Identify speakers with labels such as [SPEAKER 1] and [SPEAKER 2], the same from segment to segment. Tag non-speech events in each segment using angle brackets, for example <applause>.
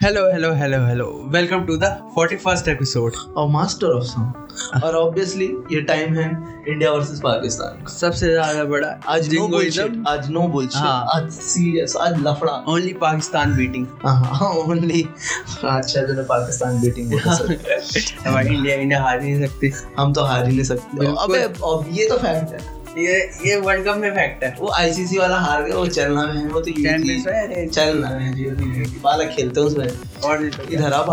[SPEAKER 1] Hello, hello, hello, hello. Welcome to the 41st episode.
[SPEAKER 2] और master of song और obviously ये time है India versus Pakistan का
[SPEAKER 1] सबसे ज्यादा बड़ा
[SPEAKER 2] आज नो
[SPEAKER 1] jingoism,
[SPEAKER 2] बुलशिट आज नो बुलशिट
[SPEAKER 1] हाँ।
[SPEAKER 2] आज सीरियस आज लफड़ा
[SPEAKER 1] Only Pakistan beating.
[SPEAKER 2] हाँ ओनली अच्छा जो पाकिस्तान बेटिंग
[SPEAKER 1] हमारी इंडिया इंडिया हार ही नहीं सकती
[SPEAKER 2] हम तो हार ही नहीं सकते
[SPEAKER 1] बिल्कुल।
[SPEAKER 2] अबे अब ये तो फैक्ट है
[SPEAKER 1] ये ये वर्ल्ड कप में फैक्ट है
[SPEAKER 2] वो आईसीसी वाला हार गया वो चलना में है वो तो
[SPEAKER 1] Champions
[SPEAKER 2] यूपी
[SPEAKER 1] में अरे
[SPEAKER 2] चलना में है यूपी वाला खेलते हैं उसमें
[SPEAKER 1] और नहीं तो
[SPEAKER 2] इधर आप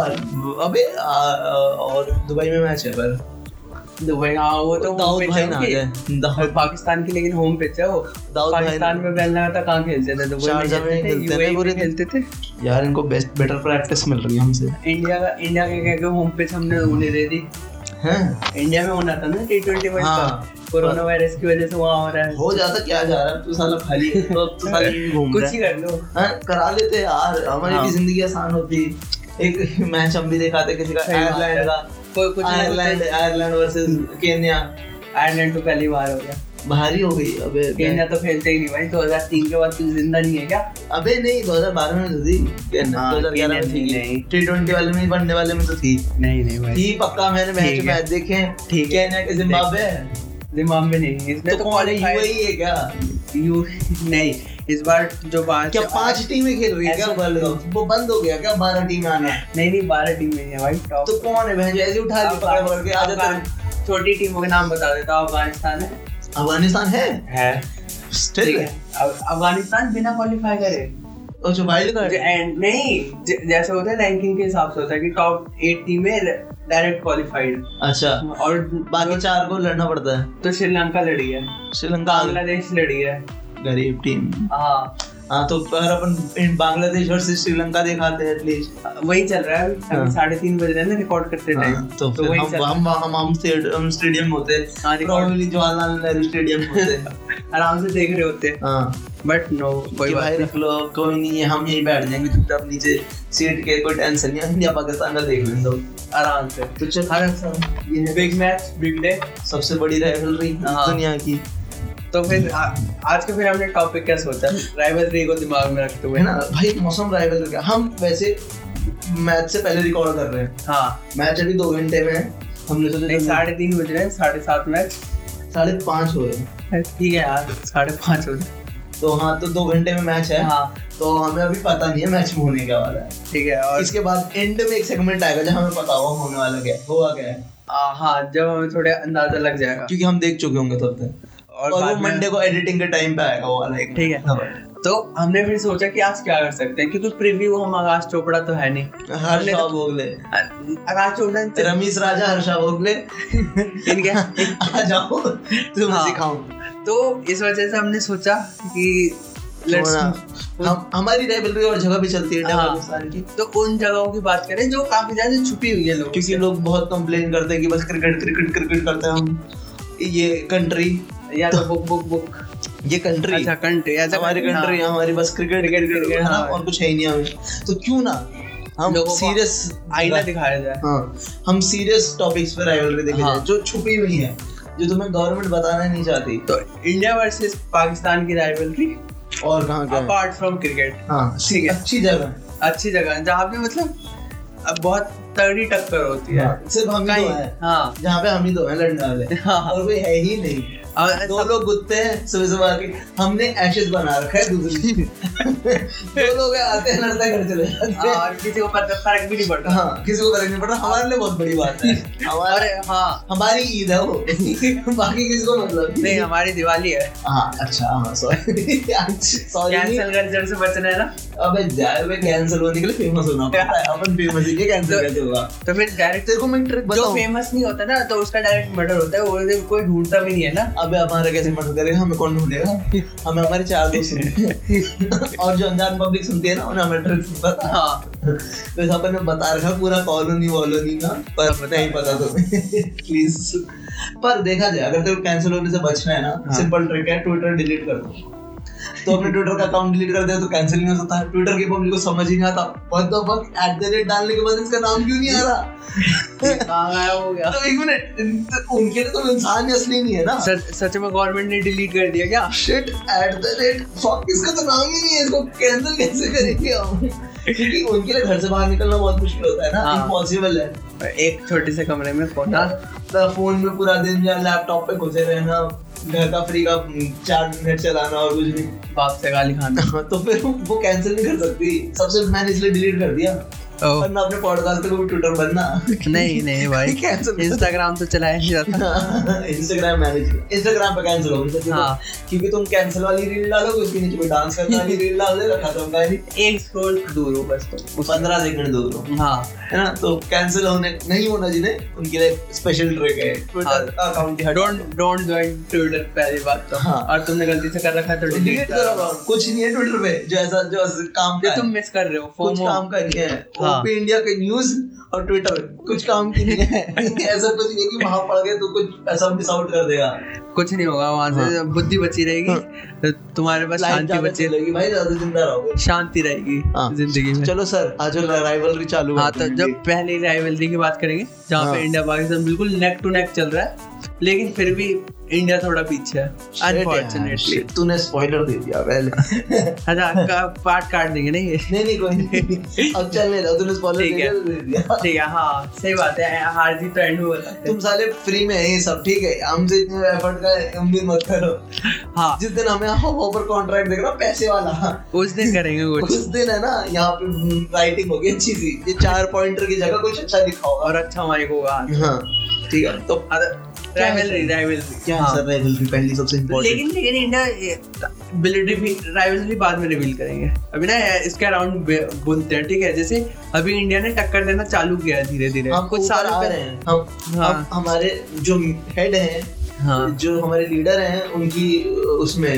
[SPEAKER 2] अबे आ, आ, और दुबई में मैच है पर
[SPEAKER 1] क्या। दुबई हाँ वो तो
[SPEAKER 2] दाऊद
[SPEAKER 1] home pitch
[SPEAKER 2] भाई
[SPEAKER 1] है
[SPEAKER 2] ना आ
[SPEAKER 1] उनकी।
[SPEAKER 2] गए दाऊद
[SPEAKER 1] और पाकिस्तान की लेकिन होम पिच है वो
[SPEAKER 2] दाऊद भाई
[SPEAKER 1] पाकिस्तान
[SPEAKER 2] ना-
[SPEAKER 1] में बैल लगा था कहाँ खेलते थे दुबई में
[SPEAKER 2] शारजाह में
[SPEAKER 1] खेलते थे
[SPEAKER 2] खेलते थे
[SPEAKER 1] यूएई में
[SPEAKER 2] पूरे दिन।
[SPEAKER 1] खेलते थे
[SPEAKER 2] यार इनको बेस्ट बेटर प्रैक्टिस मिल रही है हमसे
[SPEAKER 1] इंडिया का इंडिया के क्या होम पिच हमने उन्हें दे दी
[SPEAKER 2] हैं
[SPEAKER 1] इंडिया में होना था ना टी ट्वेंटी वर्ल्ड
[SPEAKER 2] हाँ।
[SPEAKER 1] कप कोरोना वायरस की वजह से वहाँ हो रहा है
[SPEAKER 2] हो जाता क्या जा रहा है तू साला खाली है, तो अब तो
[SPEAKER 1] <laughs>
[SPEAKER 2] साला यूं ही घूम
[SPEAKER 1] कुछ
[SPEAKER 2] रहा
[SPEAKER 1] ही
[SPEAKER 2] है
[SPEAKER 1] कर लो
[SPEAKER 2] हैं? करा लेते यार हमारी
[SPEAKER 1] हाँ।
[SPEAKER 2] भी जिंदगी आसान होती एक मैच हम भी दिखाते किसी का
[SPEAKER 1] सही बात है।
[SPEAKER 2] आयरलैंड का
[SPEAKER 1] कोई कुछ नहीं
[SPEAKER 2] आयरलैंड आयरलैंड वर्सेस केन्या
[SPEAKER 1] होता। आयरलैंड तो पहली बार हो गया
[SPEAKER 2] भारी हो गई अबे
[SPEAKER 1] केन्या तो खेलते ही नहीं भाई 2003 के बाद तू जिंदा नहीं है क्या
[SPEAKER 2] अबे नहीं 2012 में तो थी
[SPEAKER 1] हाँ,
[SPEAKER 2] दो हजार ग्यारह में
[SPEAKER 1] केन्या नहीं,
[SPEAKER 2] थी टी ट्वेंटी वाले में वनडे वाले में तो थी
[SPEAKER 1] नहीं नहीं
[SPEAKER 2] थी पक्का मैंने मैच
[SPEAKER 1] ठीक है।
[SPEAKER 2] मैच देखे हैं।
[SPEAKER 1] ठीक है।
[SPEAKER 2] केन्या के जिम्बाब्वे
[SPEAKER 1] दिमाग में नहीं इसने
[SPEAKER 2] तो
[SPEAKER 1] तो
[SPEAKER 2] कौन है
[SPEAKER 1] qualify-
[SPEAKER 2] यूएई है क्या
[SPEAKER 1] यू नहीं इस बार जो पांच
[SPEAKER 2] क्या पांच टीमें खेल रही है क्या
[SPEAKER 1] ऐसा-
[SPEAKER 2] वर्ल्ड कप वो बंद हो गया क्या बारह टीमें आना है
[SPEAKER 1] नहीं नहीं 12 टीमें हैं भाई टॉप
[SPEAKER 2] तो कौन है भैंस ऐसे उठा ली पकड़ पकड़ के आ जाता है।
[SPEAKER 1] अफगान- छोटी टीमों के नाम बता देता हूँ अफगानिस्तान है
[SPEAKER 2] अफगानिस्तान है
[SPEAKER 1] है
[SPEAKER 2] स्टिल है
[SPEAKER 1] अफगानिस्तान बिना क्वालिफाई करे
[SPEAKER 2] और जो वाइल्ड कार्ड
[SPEAKER 1] जो- and- नहीं ज- जैसे होता है रैंकिंग के हिसाब से होता है कि टॉप एट टीमें डायरेक्ट क्वालिफाइड
[SPEAKER 2] अच्छा
[SPEAKER 1] और
[SPEAKER 2] बाकी चार को लड़ना पड़ता है
[SPEAKER 1] तो श्रीलंका लड़ी है
[SPEAKER 2] श्रीलंका
[SPEAKER 1] बांग्लादेश लड़ी है
[SPEAKER 2] गरीब टीम
[SPEAKER 1] हाँ
[SPEAKER 2] हाँ तो पर अपन इन बांग्लादेश वर्सेस श्रीलंका दिखाते हैं एटलीस्ट
[SPEAKER 1] वही चल रहा है
[SPEAKER 2] हाँ।
[SPEAKER 1] अभी साढ़े तीन बज रहे हैं ना रिकॉर्ड करते टाइम
[SPEAKER 2] तो फिर
[SPEAKER 1] वही
[SPEAKER 2] हम
[SPEAKER 1] चल-
[SPEAKER 2] हम हम हम स्टेड- हम स्टेडियम होते
[SPEAKER 1] हाँ,
[SPEAKER 2] हैं
[SPEAKER 1] record-
[SPEAKER 2] Probably Jawaharlal Nehru stadium होते हैं
[SPEAKER 1] <laughs> आराम से देख रहे होते
[SPEAKER 2] हाँ
[SPEAKER 1] हैं बट नो कोई
[SPEAKER 2] कि
[SPEAKER 1] बात
[SPEAKER 2] भाई रख लो कोई नहीं है, हम यहीं बैठ जाएंगे चुपचाप नीचे सीट के कोई टेंशन नहीं है, इंडिया पाकिस्तान का देख लेंगे सब
[SPEAKER 1] नहीं, आराम से
[SPEAKER 2] तो चल हर इंसान ये है
[SPEAKER 1] बिग मैच बिग डे
[SPEAKER 2] सबसे बड़ी राइवलरी
[SPEAKER 1] हाँ।
[SPEAKER 2] दुनिया की
[SPEAKER 1] तो फिर आ, आज का फिर हमने टॉपिक क्या सोचा राइवलरी को दिमाग में रखते हुए
[SPEAKER 2] है ना भाई मौसम राइवलरी का हम वैसे मैच से पहले रिकॉर्ड कर रहे हैं
[SPEAKER 1] हाँ
[SPEAKER 2] मैच अभी दो घंटे में है हमने सोचा
[SPEAKER 1] नहीं
[SPEAKER 2] चलो
[SPEAKER 1] साढ़े तीन बज रहे हैं साढ़े सात मैच
[SPEAKER 2] साढ़े पाँच हो रहे हैं
[SPEAKER 1] ठीक है यार साढ़े पाँच हो गए।
[SPEAKER 2] तो हाँ तो दो घंटे में मैच है
[SPEAKER 1] हाँ
[SPEAKER 2] तो हमें अभी पता नहीं है मैच में होने क्या वाला है
[SPEAKER 1] ठीक है और
[SPEAKER 2] इसके बाद एंड में एक सेगमेंट आएगा जहाँ हमें पता होगा होने वाला क्या है हुआ क्या है
[SPEAKER 1] आ, हाँ जब हमें थोड़े अंदाजा लग जाएगा
[SPEAKER 2] क्योंकि हम देख चुके होंगे तब तक और, वो
[SPEAKER 1] बाद में-
[SPEAKER 2] मंडे को एडिटिंग के टाइम पे आएगा वो वाला एक
[SPEAKER 1] ठीक है।
[SPEAKER 2] है
[SPEAKER 1] तो हमने फिर सोचा कि आज क्या कर सकते हैं क्योंकि प्रीव्यू हम आकाश चोपड़ा तो है नहीं
[SPEAKER 2] हाँ। हर्षा भोगले
[SPEAKER 1] अ- आकाश चोपड़ा ने सिर्फ-
[SPEAKER 2] रमीश राजा हर्षा भोगले
[SPEAKER 1] <laughs> ठीक है
[SPEAKER 2] <laughs> आ जाओ तुम्हें
[SPEAKER 1] हाँ।
[SPEAKER 2] सिखाऊं
[SPEAKER 1] तो इस वजह से हमने सोचा कि let's-
[SPEAKER 2] तो हम हमारी राइवलरी और जगह भी चलती है इंडिया
[SPEAKER 1] हाँ।
[SPEAKER 2] पाकिस्तान की
[SPEAKER 1] <laughs> तो उन जगहों की बात करें जो काफी ज्यादा छुपी हुई है लोग
[SPEAKER 2] क्योंकि लोग बहुत कंप्लेन करते हैं कि बस क्रिकेट क्रिकेट क्रिकेट करते हैं हम ये कंट्री
[SPEAKER 1] या तो बुक बुक बुक
[SPEAKER 2] ये कंट्री
[SPEAKER 1] अच्छा कंट्री ऐसा
[SPEAKER 2] हमारी कंट्री
[SPEAKER 1] हाँ।
[SPEAKER 2] हमारी बस cricket
[SPEAKER 1] Cricket,
[SPEAKER 2] cricket cricket
[SPEAKER 1] cricket,
[SPEAKER 2] है ना
[SPEAKER 1] हाँ।
[SPEAKER 2] और कुछ है ही नहीं हमें तो क्यों ना हम
[SPEAKER 1] लोगों को
[SPEAKER 2] सीरियस
[SPEAKER 1] आईना दिखाया जाए
[SPEAKER 2] हाँ हम सीरियस टॉपिक्स पर राइवलरी देखे
[SPEAKER 1] हाँ।
[SPEAKER 2] जाएं, जो छुपी हुई है जो तुम्हें गवर्नमेंट बताना नहीं चाहती
[SPEAKER 1] तो इंडिया वर्सेस पाकिस्तान की राइवलरी
[SPEAKER 2] और कहाँ क्या है?
[SPEAKER 1] अपार्ट फ्रॉम क्रिकेट
[SPEAKER 2] हाँ
[SPEAKER 1] हाँ, ठीक है।
[SPEAKER 2] अच्छी जगह है
[SPEAKER 1] अच्छी जगह है जहाँ पे मतलब अब बहुत तगड़ी टक्कर होती है
[SPEAKER 2] हाँ, सिर्फ हम ही
[SPEAKER 1] कहीं
[SPEAKER 2] दो हैं
[SPEAKER 1] हाँ
[SPEAKER 2] जहाँ पे हम ही दो हैं लड़ने वाले
[SPEAKER 1] हाँ
[SPEAKER 2] और कोई है ही नहीं
[SPEAKER 1] और
[SPEAKER 2] दो लोग गुत्ते हैं सुबह सुबह आके हमने एशेस बना रखा है दूसरी <laughs> दो लोग हैं, आते हैं <laughs> लड़ते हैं, घर चले जाते हैं
[SPEAKER 1] और किसी को पता फर्क भी नहीं पड़ता
[SPEAKER 2] हाँ किसी को फर्क नहीं पड़ा हमारे लिए बहुत बड़ी बात है हमारे
[SPEAKER 1] अरे हाँ
[SPEAKER 2] हमारी ईद है वो <laughs> बाकी किसी को मतलब
[SPEAKER 1] नहीं हमारी दिवाली है
[SPEAKER 2] हाँ अच्छा हाँ सॉरी सॉरी
[SPEAKER 1] कैंसिल कल्चर से बचना है ना
[SPEAKER 2] अबे जाए मैं कैंसिल होने के लिए फेमस होना पड़ता है अपन फेमस ही कैंसिल
[SPEAKER 1] तो-
[SPEAKER 2] कैसे होगा
[SPEAKER 1] तो फिर डायरेक्ट
[SPEAKER 2] तेरे को मैं ट्रिक
[SPEAKER 1] जो
[SPEAKER 2] बताऊं
[SPEAKER 1] फेमस नहीं होता ना तो उसका डायरेक्ट मर्डर होता है वो जो कोई ढूंढता भी नहीं है ना
[SPEAKER 2] अबे हमारा कैसे मदद करेगा हमें कौन ढूंढेगा हमें हमारे चार दोस्त <laughs> हैं। और जो अनजान पब्लिक सुनती है ना उन्हें हमें ट्रिक्स नहीं पता
[SPEAKER 1] हाँ
[SPEAKER 2] वैसे अपन ने बता रखा है पूरा कॉलोनी वॉलोनी का पर नहीं पता तो <laughs> प्लीज पर देखा जाए अगर तेरे को कैंसिल होने से बचना है ना
[SPEAKER 1] हाँ।
[SPEAKER 2] सिंपल ट्रिक है ट्विटर डिलीट कर दो तो अपने ट्विटर का अकाउंट डिलीट कर दिया तो कैंसिल नहीं हो सकता ट्विटर की पब्लिक को समझ ही नहीं आता what the fuck at the rate डालने के बाद इसका नाम क्यों नहीं आ <laughs> रहा
[SPEAKER 1] कहाँ गायब हो गया
[SPEAKER 2] तो एक मिनट इन- तो उनके लिए तो इंसान ही असली नहीं है ना
[SPEAKER 1] सच सच में गवर्नमेंट ने डिलीट कर दिया क्या
[SPEAKER 2] shit at the rate fuck इसका तो नाम ही नहीं है इसको कैंसिल कैसे करेंगे हम क्योंकि उनके लिए घर से बाहर निकलना बहुत मुश्किल होता है ना
[SPEAKER 1] हाँ।
[SPEAKER 2] इम्पॉसिबल है
[SPEAKER 1] एक छोटे से कमरे में फोन
[SPEAKER 2] ना तो फोन में पूरा दिन या लैपटॉप पे घुसे रहना घर का फ्री का चार मिनट चलाना और कुछ नहीं
[SPEAKER 1] <laughs> बाप से गाली
[SPEAKER 2] <laughs>
[SPEAKER 1] खाना
[SPEAKER 2] हाँ, तो फिर वो कैंसिल नहीं कर सकती सबसे मैंने इसलिए डिलीट कर दिया
[SPEAKER 1] ओह,
[SPEAKER 2] वरना अपने पॉडकास्ट को भी ट्विटर <laughs> बनना
[SPEAKER 1] नहीं नहीं <laughs> भाई
[SPEAKER 2] कैंसिल
[SPEAKER 1] इंस्टाग्राम तो चलाया नहीं जाता
[SPEAKER 2] इंस्टाग्राम मैनेज इंस्टाग्राम पे कैंसिल हो गई
[SPEAKER 1] हाँ।
[SPEAKER 2] क्योंकि तुम कैंसिल वाली रील डालोगे उसके नीचे कोई डांस करने वाली रील डाल दे रखा तो था मैंने
[SPEAKER 1] एक स्क्रॉल दूर हो बस तो उस-
[SPEAKER 2] पंद्रह सेकंड दो दो
[SPEAKER 1] हाँ
[SPEAKER 2] है ना तो कैंसिल होने नहीं होना जिन्हें उनके लिए स्पेशल ट्रिक है
[SPEAKER 1] हाँ।
[SPEAKER 2] ट्विटर अकाउंट ही हटाओ।
[SPEAKER 1] डोंट डोंट ज्वाइन ट्विटर पहली बात तो
[SPEAKER 2] हाँ।
[SPEAKER 1] और तुमने गलती से कर रखा है तो
[SPEAKER 2] डिलीट
[SPEAKER 1] डिलीट
[SPEAKER 2] करो account। कुछ नहीं है ट्विटर पे जो ऐसा जो ऐसा काम का
[SPEAKER 1] ये
[SPEAKER 2] है।
[SPEAKER 1] तुम मिस कर रहे हो
[SPEAKER 2] कुछ
[SPEAKER 1] फोमो
[SPEAKER 2] काम का नहीं है
[SPEAKER 1] हाँ।
[SPEAKER 2] ओपी इंडिया के न्यूज और ट्विटर कुछ काम की नहीं
[SPEAKER 1] <laughs>
[SPEAKER 2] है ऐसा कुछ नहीं है कि वहां पड़ गए तो कुछ ऐसा मिस आउट कर देगा
[SPEAKER 1] कुछ नहीं होगा वहां से बुद्धि बची रहेगी तो तुम्हारे पास
[SPEAKER 2] लाइफ
[SPEAKER 1] शांति
[SPEAKER 2] ज्यादा
[SPEAKER 1] बची
[SPEAKER 2] चलेगी भाई ज्यादा जिंदा रहोगे
[SPEAKER 1] शांति रहेगी
[SPEAKER 2] हाँ।
[SPEAKER 1] जिंदगी में
[SPEAKER 2] चलो सर आज राइवलरी चालू
[SPEAKER 1] हाँ
[SPEAKER 2] होती
[SPEAKER 1] तो
[SPEAKER 2] है।
[SPEAKER 1] जब पहली राइवलरी की बात करेंगे जहाँ
[SPEAKER 2] हाँ।
[SPEAKER 1] पे इंडिया पाकिस्तान बिल्कुल नेक टू नेक चल रहा है लेकिन फिर भी इंडिया थोड़ा पीछे है
[SPEAKER 2] Shit यार,
[SPEAKER 1] अनफॉर्चुनेटली
[SPEAKER 2] shit, तूने स्पॉइलर दे दिया
[SPEAKER 1] <laughs>
[SPEAKER 2] पहले नहीं
[SPEAKER 1] अच्छा का पार्ट काट देंगे नहीं ये?
[SPEAKER 2] नहीं कोई नहीं अब चलने दो तूने स्पॉइलर
[SPEAKER 1] ठीक है।
[SPEAKER 2] दे दिया
[SPEAKER 1] ठीक है हाँ सही बात है हार जीत तो एंड में होता है
[SPEAKER 2] तुम साले फ्री में है ये सब ठीक है हमसे इतने एफर्ट का उम्मीद मत करो
[SPEAKER 1] हाँ
[SPEAKER 2] जिस दिन हमें हम ऊपर कॉन्ट्रैक्ट देख रहा पैसे वाला
[SPEAKER 1] उस दिन करेंगे कुछ
[SPEAKER 2] उस दिन है ना यहाँ पे राइटिंग होगी अच्छी सी ये चार पॉइंटर की जगह कुछ अच्छा लिखा होगा
[SPEAKER 1] और अच्छा हमारे को होगा
[SPEAKER 2] हाँ ठीक है तो क्या है
[SPEAKER 1] राइवलरी राइवलरी
[SPEAKER 2] क्या सर रेवलरी पहली सबसे इम्पोर्टेंट
[SPEAKER 1] हाँ। लेकिन लेकिन इंडिया बिलिटरी भी राइवलरी बाद में रिवील करेंगे अभी ना इसके अराउंड बुनते हैं ठीक है जैसे अभी इंडिया ने टक्कर देना चालू किया है धीरे धीरे
[SPEAKER 2] हम
[SPEAKER 1] कुछ साल
[SPEAKER 2] आ रहे हैं हम
[SPEAKER 1] हाँ।
[SPEAKER 2] हम- हमारे जो हेड हैं
[SPEAKER 1] हाँ
[SPEAKER 2] जो हमारे लीडर हैं उनकी उसमें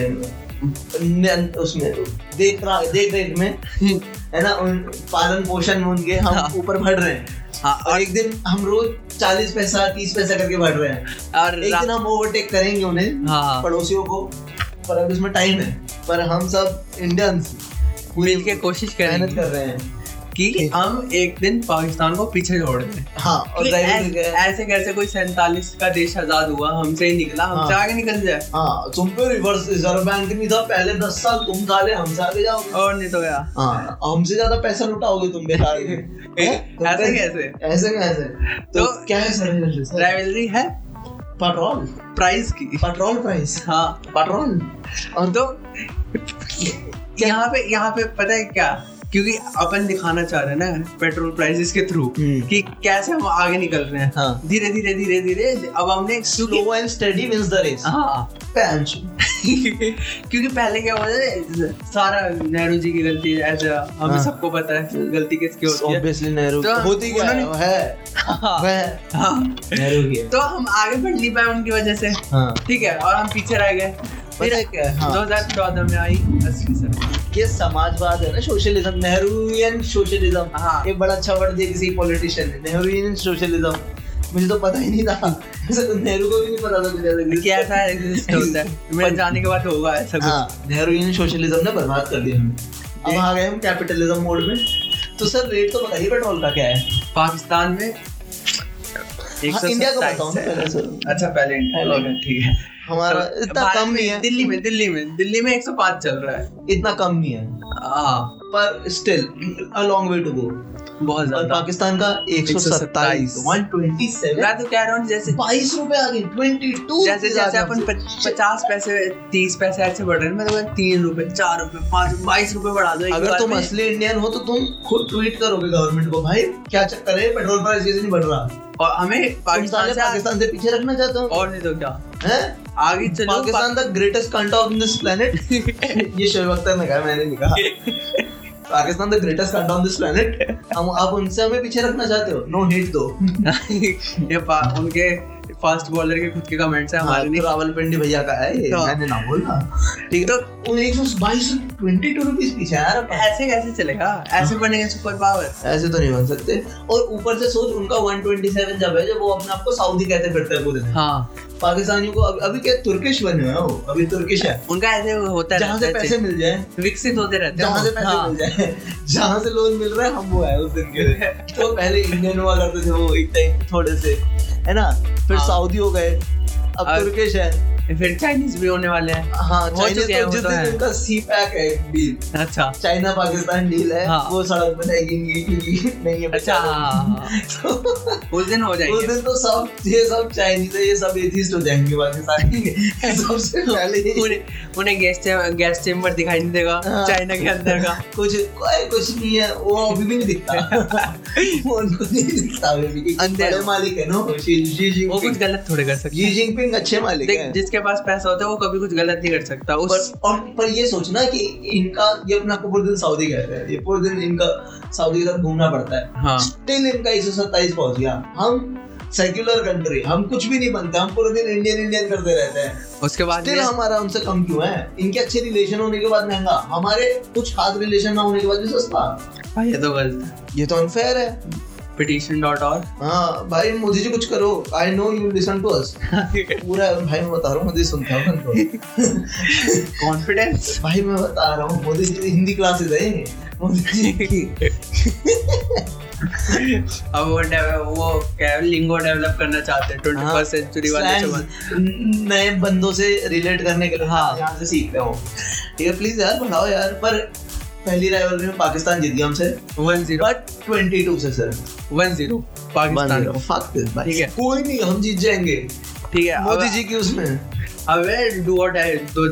[SPEAKER 2] न- उसमें देख रहा देख रेख में है ना उन पालन पोषण में उनके
[SPEAKER 1] हाँ।
[SPEAKER 2] हम ऊपर बढ़ रहे हैं
[SPEAKER 1] हाँ
[SPEAKER 2] और एक दिन हम रोज चालीस पैसा तीस पैसा करके बढ़ रहे हैं
[SPEAKER 1] और
[SPEAKER 2] एक
[SPEAKER 1] रा-
[SPEAKER 2] दिन हम ओवरटेक करेंगे उन्हें
[SPEAKER 1] हाँ
[SPEAKER 2] पड़ोसियों को पर अभी उसमें टाइम है पर हम सब इंडियंस पूरी
[SPEAKER 1] मिल के कोशिश
[SPEAKER 2] मेहनत
[SPEAKER 1] करेंगे
[SPEAKER 2] कर रहे हैं
[SPEAKER 1] कि हम एक दिन पाकिस्तान को पीछे छोड़ दें
[SPEAKER 2] हाँ और
[SPEAKER 1] कि
[SPEAKER 2] ड्राइविंग
[SPEAKER 1] ऐसे ऐसे कैसे कोई सैतालीस का देश आजाद हुआ हमसे ही निकला हमसे
[SPEAKER 2] हाँ।
[SPEAKER 1] आगे निकल जाए
[SPEAKER 2] हाँ तुम पे रिवर्स रिजर्व बैंक नहीं था पहले दस साल तुम साले हमसे आगे जाओ
[SPEAKER 1] और नहीं तो क्या
[SPEAKER 2] हाँ हमसे ज्यादा पैसा लुटाओगे तुम बेकार में।
[SPEAKER 1] <laughs>
[SPEAKER 2] हैं? तुम
[SPEAKER 1] ऐसे
[SPEAKER 2] पे-
[SPEAKER 1] कैसे
[SPEAKER 2] ऐसे कैसे तो
[SPEAKER 1] तो-
[SPEAKER 2] क्या है सर सर?
[SPEAKER 1] राइवलरी है
[SPEAKER 2] पेट्रोल
[SPEAKER 1] प्राइस की
[SPEAKER 2] पेट्रोल प्राइस
[SPEAKER 1] हाँ
[SPEAKER 2] पेट्रोल और
[SPEAKER 1] तो यहाँ पे यहाँ पे पता है क्या क्योंकि अपन दिखाना चाह रहे हैं ना पेट्रोल प्राइसेस के थ्रू
[SPEAKER 2] हम्म।
[SPEAKER 1] कि कैसे हम आगे निकल रहे हैं
[SPEAKER 2] हाँ।
[SPEAKER 1] धीरे धीरे धीरे धीरे अब हमने क्योंकि
[SPEAKER 2] slow and steady wins the race
[SPEAKER 1] हाँ
[SPEAKER 2] पैंच
[SPEAKER 1] क्योंकि पहले क्या हुआ था सारा नेहरू जी की गलती है ऐसा हमें
[SPEAKER 2] हाँ।
[SPEAKER 1] सबको पता है गलती किसकी होती है
[SPEAKER 2] ऑब्वियसली नेहरू
[SPEAKER 1] तो
[SPEAKER 2] होती क्या है
[SPEAKER 1] उन्होंने-
[SPEAKER 2] है-
[SPEAKER 1] हाँ,
[SPEAKER 2] वह
[SPEAKER 1] हाँ।
[SPEAKER 2] नेहरू की है
[SPEAKER 1] तो हम आगे बढ़ नहीं पाए उनकी वजह से
[SPEAKER 2] हाँ
[SPEAKER 1] ठीक है और हम पीछे रह गए फिर
[SPEAKER 2] पता है क्या है? हाँ।
[SPEAKER 1] 2014 में आई असली सर
[SPEAKER 2] ये समाजवाद है ना सोशलिज्म नेहरूयन सोशलिज्म
[SPEAKER 1] हाँ।
[SPEAKER 2] ये बड़ा अच्छा वर्ड दिया किसी पॉलिटिशियन ने नेहरूयन सोशलिज्म मुझे तो पता ही नहीं था ऐसा तो नेहरू को भी नहीं पता तो था मुझे लग
[SPEAKER 1] कि ऐसा एग्जिस्ट <laughs> होता है मेरे जाने के बाद होगा ऐसा कुछ
[SPEAKER 2] हाँ नेहरूयन सोशलिज्म ने बर्बाद कर दिया हमें अब आ गए हम कैपिटलिज्म मोड में तो सर रेट तो बताइए पेट्रोल का क्या है
[SPEAKER 1] पाकिस्तान में
[SPEAKER 2] हाँ, इंडिया को बताओ ना
[SPEAKER 1] 127 है।
[SPEAKER 2] पहले सर।
[SPEAKER 1] अच्छा पहले इंडिया
[SPEAKER 2] Okay,
[SPEAKER 1] ठीक है
[SPEAKER 2] हमारा इतना कम नहीं है
[SPEAKER 1] दिल्ली में दिल्ली में दिल्ली में 105 चल रहा है
[SPEAKER 2] इतना कम नहीं है
[SPEAKER 1] हाँ
[SPEAKER 2] पर still a long way to go
[SPEAKER 1] बहुत
[SPEAKER 2] और
[SPEAKER 1] ज्यादा
[SPEAKER 2] पाकिस्तान का 127 127
[SPEAKER 1] मैं तो कह रहा हूँ जैसे
[SPEAKER 2] बाईस रुपए आ गए ट्वेंटी टू
[SPEAKER 1] जैसे जैसे अपन पचास पैसे तीस पैसे ऐसे बढ़ रहे हैं मैं तो कहूँगा, तीन रुपए चार रुपए पाँच रुपए बाईस रुपए बढ़ा दो एक
[SPEAKER 2] अगर
[SPEAKER 1] बार
[SPEAKER 2] तुम
[SPEAKER 1] में।
[SPEAKER 2] असली इंडियन हो तो तुम खुद ट्वीट करोगे गवर्नमेंट को भाई क्या चक्कर है पेट्रोल प्राइस कैसे तो नहीं बढ़ रहा तुम
[SPEAKER 1] और हमें पाकिस्तान
[SPEAKER 2] साले
[SPEAKER 1] से
[SPEAKER 2] पाकिस्तान से पीछे रखना चाहते हो
[SPEAKER 1] और तो नहीं तो क्या
[SPEAKER 2] हैं?
[SPEAKER 1] आगे चलो
[SPEAKER 2] Pakistan the greatest cunt on this planet
[SPEAKER 1] <laughs>
[SPEAKER 2] ये शोएब अख्तर ने कहा मैंने नहीं कहा Pakistan the greatest cunt on this planet हम आप उनसे हमें पीछे रखना चाहते हो नो हिट
[SPEAKER 1] <laughs>
[SPEAKER 2] दो
[SPEAKER 1] पा- <laughs> ये पा, उनके फास्ट बॉलर के खुद के कमेंट्स हैं हमारे
[SPEAKER 2] हमारे
[SPEAKER 1] नहीं
[SPEAKER 2] हाँ, रावलपिंडी भैया का है ये,
[SPEAKER 1] हाँ।
[SPEAKER 2] मैंने ना बोला
[SPEAKER 1] ठीक तो
[SPEAKER 2] एक सौ बाईस ट्वेंटी टू रुपीज पीछे है यार अपन।
[SPEAKER 1] ऐसे कैसे चलेगा ऐसे बनेंगे सुपर पावर
[SPEAKER 2] ऐसे तो नहीं बन सकते और ऊपर से सोच उनका 127 जब है जब वो अपने आप को सऊदी कहते फिरते हैं पूरे दिन
[SPEAKER 1] हाँ
[SPEAKER 2] पाकिस्तानियों को अभी, अभी क्या तुर्किश बने हुए हैं वो अभी तुर्किश है
[SPEAKER 1] उनका ऐसे होता
[SPEAKER 2] जहाँ से
[SPEAKER 1] रहता है
[SPEAKER 2] पैसे मिल जाए
[SPEAKER 1] विकसित होते रहते हैं
[SPEAKER 2] जहाँ से पैसे
[SPEAKER 1] हाँ।
[SPEAKER 2] मिल जाए जहाँ से लोन मिल रहा है हम वो है उस दिन के लिए तो पहले तो इंडियन हुआ करते थे वो एक टाइम थोड़े से है ना फिर
[SPEAKER 1] हाँ।
[SPEAKER 2] सऊदी हो गए अब
[SPEAKER 1] अब-
[SPEAKER 2] तुर्किश है
[SPEAKER 1] फिर चाइनीज भी होने वाले हैं
[SPEAKER 2] हाँ
[SPEAKER 1] हो
[SPEAKER 2] चाइना
[SPEAKER 1] चुके हैं, वो
[SPEAKER 2] तो जिस
[SPEAKER 1] तो
[SPEAKER 2] दिन
[SPEAKER 1] है।
[SPEAKER 2] उनका सी पैक है डील
[SPEAKER 1] अच्छा
[SPEAKER 2] चाइना पाकिस्तान डील है
[SPEAKER 1] हाँ।
[SPEAKER 2] वो सड़क पर जाएगी नहीं क्योंकि नहीं है
[SPEAKER 1] अच्छा हाँ,
[SPEAKER 2] बेचारा। <laughs>
[SPEAKER 1] हाँ, हाँ।
[SPEAKER 2] तो
[SPEAKER 1] उस दिन हो
[SPEAKER 2] उस
[SPEAKER 1] जाएंगे
[SPEAKER 2] दिन तो सब ये सब चाइनीज है ये सब एथिस्ट हो जाएंगे पाकिस्तान
[SPEAKER 1] <laughs>
[SPEAKER 2] के सबसे पहले
[SPEAKER 1] उन्हें उन्हें गैस गैस चेम्बर दिखाई नहीं देगा
[SPEAKER 2] हाँ।
[SPEAKER 1] चाइना के अंदर
[SPEAKER 2] <laughs>
[SPEAKER 1] का
[SPEAKER 2] कुछ कोई कुछ नहीं है वो अभी भी नहीं
[SPEAKER 1] <laughs>
[SPEAKER 2] दिखता वो उनको नहीं दिखता अभी भी क्योंकि
[SPEAKER 1] अंदर।
[SPEAKER 2] बड़े मालिक है ना वो शि- शि
[SPEAKER 1] वो कुछ
[SPEAKER 2] जिनपिंग
[SPEAKER 1] गलत थोड़े कर सकते
[SPEAKER 2] जी जिनपिंग अच्छे मालिक
[SPEAKER 1] देख
[SPEAKER 2] हैं
[SPEAKER 1] जिसके पास पैसा होता है वो कभी कुछ गलत नहीं कर सकता उस
[SPEAKER 2] पर और पर ये सोचना कि इनका ये अपना को पूरे दिन सऊदी कह रहे हैं ये पूरे दिन इनका सऊदी के साथ घूमना पड़ता है
[SPEAKER 1] हाँ
[SPEAKER 2] स्टिल इनका एक सौ सत्ताईस पहुंच गया हम सेक्युलर कंट्री हम कुछ भी नहीं बनते हम पूरे दिन इंडियन इंडियन करते रहते हैं
[SPEAKER 1] उसके बाद
[SPEAKER 2] स्टिल
[SPEAKER 1] ये-
[SPEAKER 2] हमारा उनसे कम क्यों है इनके अच्छे रिलेशन होने के बाद महंगा हमारे कुछ खास रिलेशन ना होने के बाद भी सस्ता
[SPEAKER 1] भाई ये तो गलत
[SPEAKER 2] ये तो अनफेयर है
[SPEAKER 1] पिटिशन डॉट और
[SPEAKER 2] <laughs> हाँ भाई मोदी जी कुछ करो I know you listen to us पूरा भाई मैं बता रहा हूँ मोदी सुनता हूँ उनको। <laughs>
[SPEAKER 1] कॉन्फिडेंस
[SPEAKER 2] भाई मैं बता रहा हूँ मोदी जी की हिंदी क्लासेस है ये। मोदी जी
[SPEAKER 1] <laughs>
[SPEAKER 2] की
[SPEAKER 1] अब वो डेव- वो क्या लिंगो डेवलप करना चाहते हैं ट्वेंटी
[SPEAKER 2] हाँ।
[SPEAKER 1] सेंचुरी वाले
[SPEAKER 2] slang
[SPEAKER 1] जमाने
[SPEAKER 2] न- नए बंदों से रिलेट करने के लिए हाँ यहाँ से सीख रहा हूँ ठीक है प्लीज यार बढ़ाओ यार पर पहली राइवलरी में पाकिस्तान जीत गया हमसे
[SPEAKER 1] वन जीरो
[SPEAKER 2] बट 22 से सर
[SPEAKER 1] वन जीरो पाकिस्तान को
[SPEAKER 2] फक दिस भाई
[SPEAKER 1] ठीक है।
[SPEAKER 2] कोई नहीं हम जीत जाएंगे
[SPEAKER 1] ठीक है
[SPEAKER 2] मोदी
[SPEAKER 1] अब-
[SPEAKER 2] जी की उसमें
[SPEAKER 1] अबे डू और डाई दो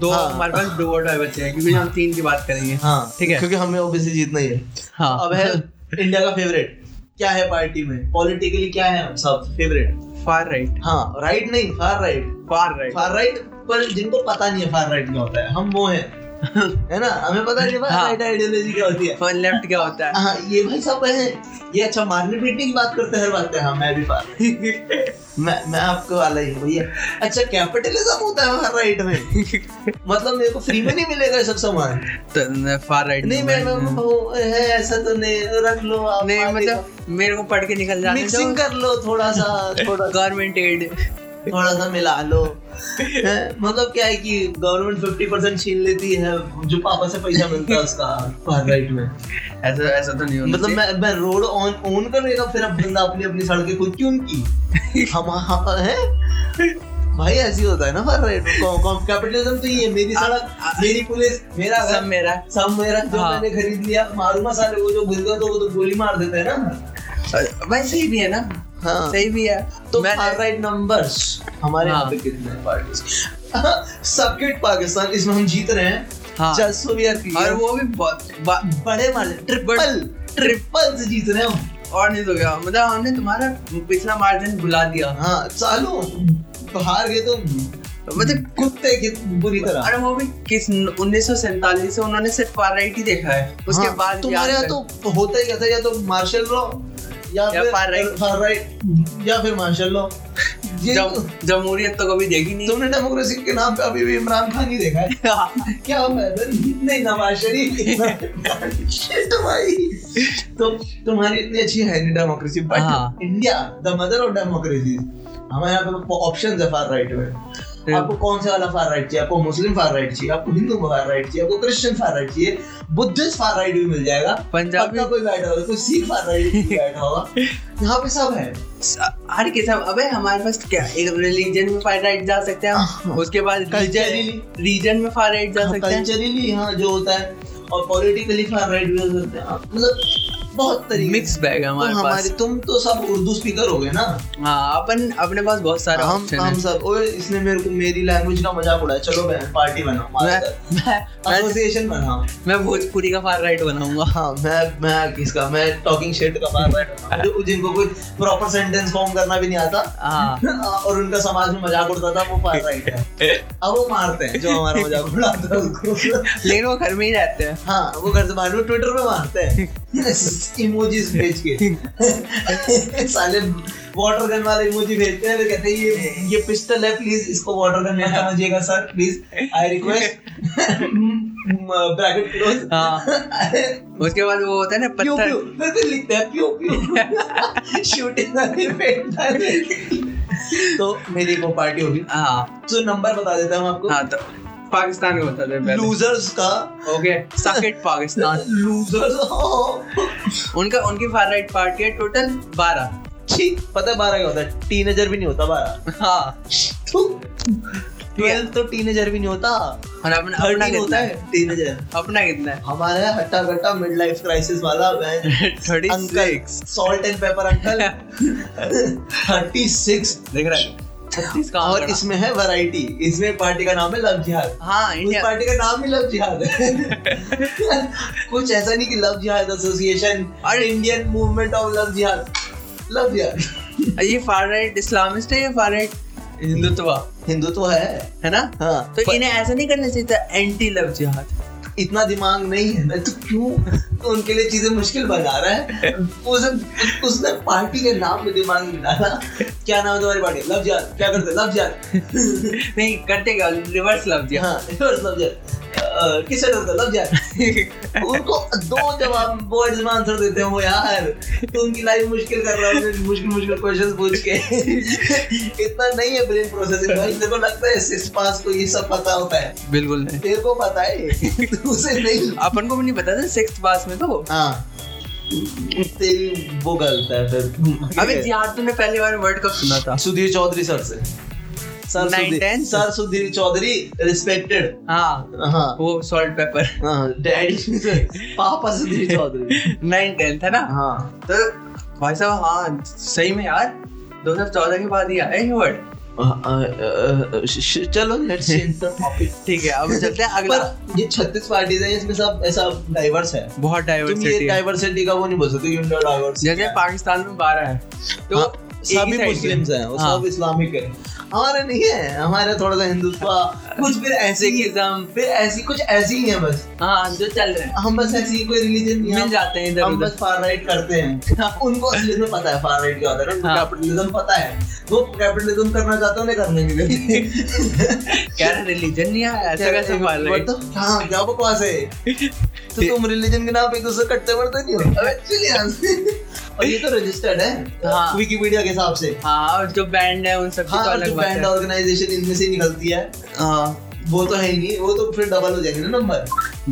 [SPEAKER 1] दो
[SPEAKER 2] हाँ।
[SPEAKER 1] हमारे पास डू और डाई बच्चे हैं क्योंकि हम तीन की बात करेंगे
[SPEAKER 2] हाँ
[SPEAKER 1] ठीक है।
[SPEAKER 2] क्योंकि हमें ओबीसी जीतना ही है
[SPEAKER 1] हाँ
[SPEAKER 2] अब है इंडिया का फेवरेट क्या है पार्टी में पॉलिटिकली क्या है हम सब फेवरेट
[SPEAKER 1] फार राइट
[SPEAKER 2] हाँ राइट नहीं far right
[SPEAKER 1] far right
[SPEAKER 2] far right पर जिनको पता नहीं है फार राइट क्या होता है हम वो हैं <laughs> है ना हमें पता नहीं फार
[SPEAKER 1] हाँ।
[SPEAKER 2] राइट आइडियोलॉजी क्या होती है
[SPEAKER 1] फार लेफ्ट क्या होता है
[SPEAKER 2] हाँ ये भाई सब हैं ये अच्छा मारने पीटने की बात करते हैं हर बात पे हाँ मैं भी फार <laughs> मैं मैं आपको वाला ही हूँ भैया अच्छा कैपिटलिज्म होता है हर राइट में <laughs> मतलब मेरे को फ्री में नहीं मिलेगा ये सब सामान
[SPEAKER 1] <laughs> तो फार राइट
[SPEAKER 2] नहीं मैं मैं- मैं- वो है ऐसा तो नहीं रख लो आप
[SPEAKER 1] नहीं
[SPEAKER 2] आगे
[SPEAKER 1] मतलब मेरे को पढ़ के निकल तो
[SPEAKER 2] का।
[SPEAKER 1] जाने
[SPEAKER 2] मिक्सिंग कर लो थोड़ा सा <laughs> थोड़ा
[SPEAKER 1] गवर्नमेंट एड
[SPEAKER 2] थोड़ा सा मिला <laughs> लो है, मतलब क्या है कि गवर्नमेंट फिफ्टी परसेंट छीन लेती है जो पापा से पैसा मिलता है उसका फार राइट में
[SPEAKER 1] ऐसा ऐसा तो नहीं होना
[SPEAKER 2] मतलब मैं मैं रोड ऑन ओन करेगा फिर अब बंदा अपनी अपनी सड़कें खुद क्यों
[SPEAKER 1] <laughs>
[SPEAKER 2] की हम हम है भाई ऐसी होता है ना फार राइट कैपिटलिज्म तो ये है मेरी सड़क मेरी पुलिस मेरा
[SPEAKER 1] चाहिए। सब
[SPEAKER 2] घर
[SPEAKER 1] मेरा
[SPEAKER 2] सब मेरा जो
[SPEAKER 1] हाँ।
[SPEAKER 2] मैंने खरीद लिया मारू मसाले को जो घुस गया तो वो तो गोली मार देते हैं ना
[SPEAKER 1] भाई सही भी है ना
[SPEAKER 2] हाँ
[SPEAKER 1] सही भी है
[SPEAKER 2] तो
[SPEAKER 1] मैं-
[SPEAKER 2] फार राइट नंबर्स हमारे
[SPEAKER 1] हाँ।
[SPEAKER 2] यहाँ पे कितने हैं parties? <laughs> सबकिट पाकिस्तान इसमें हम जीत रहे हैं
[SPEAKER 1] हाँ।
[SPEAKER 2] जस्ट सो वी आर
[SPEAKER 1] और वो भी बहुत बा-
[SPEAKER 2] बड़े मारे ट्रिपल ट्रिपल से जीत रहे हैं हम
[SPEAKER 1] और नहीं तो क्या मतलब हमने तुम्हारा पिछला मार्जिन भुला दिया
[SPEAKER 2] हाँ चालू हार गए तो
[SPEAKER 1] मतलब
[SPEAKER 2] कुत्ते की बुरी तरह
[SPEAKER 1] अरे वो भी किस उन्नीस सौ से उन्होंने सिर्फ फार राइट ही देखा है उसके
[SPEAKER 2] हाँ,
[SPEAKER 1] बाद भी
[SPEAKER 2] तुम्हारे
[SPEAKER 1] आज
[SPEAKER 2] यहाँ
[SPEAKER 1] तक-
[SPEAKER 2] तो होता ही क्या था या तो मार्शल लॉ या
[SPEAKER 1] या
[SPEAKER 2] फिर
[SPEAKER 1] फार राइट।
[SPEAKER 2] फार राइट या फिर
[SPEAKER 1] <laughs>
[SPEAKER 2] मार्शल लॉ ये
[SPEAKER 1] जम- जमहूरियत तो कभी देखी नहीं
[SPEAKER 2] तुमने डेमोक्रेसी के नाम पे अभी भी इमरान खान ही देखा है
[SPEAKER 1] <laughs>
[SPEAKER 2] क्या तो फायदा नहीं नवाज शरीफ शिट भाई तो तुम्हारी इतनी अच्छी है नहीं डेमोक्रेसी
[SPEAKER 1] हाँ।
[SPEAKER 2] But India the mother of democracy हमारे यहाँ पे ऑप्शन है फार राइट में
[SPEAKER 1] हम्म।
[SPEAKER 2] आपको कौन सा वाला फार राइट चाहिए आपको मुस्लिम फार राइट चाहिए आपको हिंदू फार राइट चाहिए आपको क्रिश्चियन फार राइट चाहिए बुद्धिस्ट फार राइट भी मिल जाएगा
[SPEAKER 1] पंजाबी-
[SPEAKER 2] पक्का कोई बैठा होगा कोई सिख फार राइट भी बैठा होगा यहाँ पे सब है
[SPEAKER 1] हर किस्म अबे हमारे पास क्या एक रिलीजन में फार राइट जा सकते हैं हम।
[SPEAKER 2] हाँ।
[SPEAKER 1] उसके बाद
[SPEAKER 2] Culturally।
[SPEAKER 1] रीजन रीजन में फार राइट जा सकते हैं
[SPEAKER 2] कल्चरली यहाँ जो होता है और पॉलिटिकली फार राइट भी हो सकते हैं मतलब बहुत तरीके
[SPEAKER 1] मिक्स बैग है
[SPEAKER 2] तो
[SPEAKER 1] हमारे
[SPEAKER 2] हमारे
[SPEAKER 1] पास
[SPEAKER 2] तुम तो सब उर्दू स्पीकर हो गए ना
[SPEAKER 1] हाँ अपन अपने पास बहुत सारे
[SPEAKER 2] हम
[SPEAKER 1] ऑप्शन
[SPEAKER 2] हम
[SPEAKER 1] है
[SPEAKER 2] सब ओए इसने मेरे को मेरी लैंग्वेज का मजाक उड़ाया चलो बहन पार्टी बनाओ
[SPEAKER 1] मैं
[SPEAKER 2] मास्टर
[SPEAKER 1] मैं मैं-
[SPEAKER 2] एसोसिएशन बनाओ
[SPEAKER 1] मैं भोजपुरी का फार राइट बनाऊंगा
[SPEAKER 2] तो- हाँ मैं मैं किसका मैं टॉकिंग शेट का बार बार जो जिनको कोई प्रॉपर सेंटेंस फॉर्म करना भी नहीं आता
[SPEAKER 1] हाँ
[SPEAKER 2] और उनका समाज में मजाक उड़ता था वो फार राइट है अब वो मारते हैं जो हमारा मजाक उड़ाता है उसको
[SPEAKER 1] लेकिन वो घर में ही रहते हैं
[SPEAKER 2] हाँ वो घर से बाहर में ट्विटर पे मारते <laughs> हैं इमोजीज भेज <laughs> के साले वाटर गन वाले इमोजी भेजते हैं फिर कहते हैं ये ये पिस्टल है प्लीज इसको वाटर <laughs> गन मत समझिएगा sir please I request <laughs> bracket close
[SPEAKER 1] हाँ उसके बाद वो होता है ना
[SPEAKER 2] प्यू
[SPEAKER 1] पत्थर
[SPEAKER 2] प्यू फिर भी तो लिखते हैं प्यू <laughs> प्यू शूटिंग तो मेरी वो पार्टी होगी
[SPEAKER 1] हाँ
[SPEAKER 2] तो नंबर बता देता हूँ आपको
[SPEAKER 1] हाँ तो पाकिस्तान को बता दे
[SPEAKER 2] लूजर्स का हाँ,
[SPEAKER 1] ओके साकेट पाकिस्तान
[SPEAKER 2] <laughs> लूजर्स
[SPEAKER 1] उनका उनकी फार राइट पार्टी है टोटल बारह
[SPEAKER 2] छी पता है बारह क्या होता है टीनेजर भी नहीं होता बारह
[SPEAKER 1] हाँ
[SPEAKER 2] तो ट्वेल्व तो टीनेजर भी नहीं होता
[SPEAKER 1] और अपना अपना
[SPEAKER 2] थर्टीन
[SPEAKER 1] कितना
[SPEAKER 2] होता
[SPEAKER 1] है
[SPEAKER 2] है टीनेजर
[SPEAKER 1] अपना कितना है
[SPEAKER 2] हमारा हट्टा कट्टा मिड लाइफ क्राइसिस वाला
[SPEAKER 1] <laughs> thirty
[SPEAKER 2] uncle salt and pepper uncle thirty six
[SPEAKER 1] देख रहा है छत्तीस का
[SPEAKER 2] और
[SPEAKER 1] आंकड़ा।
[SPEAKER 2] इसमें है वैरायटी इसमें पार्टी का नाम है लव जिहाद
[SPEAKER 1] हाँ
[SPEAKER 2] उस
[SPEAKER 1] इंडिया
[SPEAKER 2] पार्टी का नाम ही लव जिहाद है कुछ ऐसा नहीं कि लव जिहाद एसोसिएशन और इंडियन मूवमेंट ऑफ लव जिहाद लव जिहाद
[SPEAKER 1] ये फार राइट इस्लामिस्ट है या फार राइट हिंदुत्वा
[SPEAKER 2] हिंदुत्व तो है
[SPEAKER 1] है ना
[SPEAKER 2] हाँ
[SPEAKER 1] तो
[SPEAKER 2] पर
[SPEAKER 1] इन्हें ऐसा नहीं करना चाहिए था एंटी लव जिहाद
[SPEAKER 2] इतना दिमाग नहीं है ना तो क्यों तो उनके लिए चीजें मुश्किल बना रहा है उसने उसने पार्टी के नाम में दिमाग नहीं डाला क्या नाम है तुम्हारी पार्टी लव जिहाद क्या करते लव जिहाद
[SPEAKER 1] नहीं करते क्या रिवर्स लव जिहाद
[SPEAKER 2] हाँ लव जिहाद किसे डरते लव जिहाद उनको दो जवाब वर्ड्स में आंसर देते हो यार तो उनकी लाइफ मुश्किल कर रहा है उनसे मुश्किल मुश्किल क्वेश्चंस पूछ के <laughs> इतना नहीं है ब्रेन प्रोसेसिंग भाई तेरे को लगता है सिक्स पास को ये सब पता होता है
[SPEAKER 1] बिल्कुल नहीं
[SPEAKER 2] तेरे को पता है <laughs> उसे नहीं
[SPEAKER 1] अपन को भी नहीं पता था सिक्स क्लास में तो
[SPEAKER 2] हाँ तेरी वो गलत है फिर
[SPEAKER 1] अबे जिहाद तूने पहली बार वर्ल्ड कप सुना था
[SPEAKER 2] सुधीर चौधरी सर से sir
[SPEAKER 1] Nine
[SPEAKER 2] Sudhir
[SPEAKER 1] ten?
[SPEAKER 2] Sir Sudhir Chaudhary respected
[SPEAKER 1] हाँ
[SPEAKER 2] हाँ
[SPEAKER 1] वो सॉल्ट पेपर
[SPEAKER 2] हाँ डैडी पापा सुधीर चौधरी
[SPEAKER 1] नाइन टेंथ है ना
[SPEAKER 2] हाँ
[SPEAKER 1] तो भाई साहब हाँ सही में यार 2014 के बाद ही आया ये वर्ड
[SPEAKER 2] हाँ, चलो लेट्स चेंज द टॉपिक
[SPEAKER 1] ठीक है अब चलते हैं अगला
[SPEAKER 2] पर ये 36 पार्टीज हैं इसमें सब ऐसा डाइवर्स है
[SPEAKER 1] बहुत
[SPEAKER 2] तुम ये
[SPEAKER 1] डाइवर्सिटी है
[SPEAKER 2] डाइवर्सिटी का वो नहीं बोल सकते कि इनका डाइवर्स
[SPEAKER 1] जैसे पाकिस्तान में बारह है तो
[SPEAKER 2] हाँ, सभी मुस्लिम्स हैं और
[SPEAKER 1] हाँ।
[SPEAKER 2] सब इस्लामिक है हमारे नहीं है हमारे थोड़ा सा हिंदुत्व कुछ फिर ऐसे ही
[SPEAKER 1] सिखिज्म
[SPEAKER 2] फिर ऐसी कुछ ऐसी ही है बस
[SPEAKER 1] हाँ जो चल रहे हैं
[SPEAKER 2] हम बस ऐसी ही कोई रिलीजन
[SPEAKER 1] मिल जाते हैं इधर
[SPEAKER 2] हम
[SPEAKER 1] उधर
[SPEAKER 2] बस फार राइट करते हैं उनको असलियत में पता है फार राइट क्या होता है ना
[SPEAKER 1] हाँ।
[SPEAKER 2] कैपिटलिज्म पता है वो कैपिटलिज्म करना चाहते हो नहीं करने के
[SPEAKER 1] <laughs>
[SPEAKER 2] लिए
[SPEAKER 1] क्या रिलीजन नहीं आया ऐसा अच्छा, कैसे मान
[SPEAKER 2] What the- हाँ क्या बकवास है तो तुम रिलीजन के नाम पे एक दूसरे को कट्टे पड़ते नहीं हो
[SPEAKER 1] <laughs>
[SPEAKER 2] अबे चल यहाँ से। और ये तो रजिस्टर्ड है
[SPEAKER 1] हाँ।
[SPEAKER 2] विकिपीडिया के हिसाब से
[SPEAKER 1] हाँ और जो बैंड है उन सब की
[SPEAKER 2] हाँ
[SPEAKER 1] तो
[SPEAKER 2] और
[SPEAKER 1] अलग
[SPEAKER 2] जो
[SPEAKER 1] बात
[SPEAKER 2] बैंड
[SPEAKER 1] है
[SPEAKER 2] ऑर्गेनाइजेशन इनमें से निकलती है
[SPEAKER 1] हाँ
[SPEAKER 2] वो तो है ही नहीं वो तो फिर डबल हो जाएंगे ना नंबर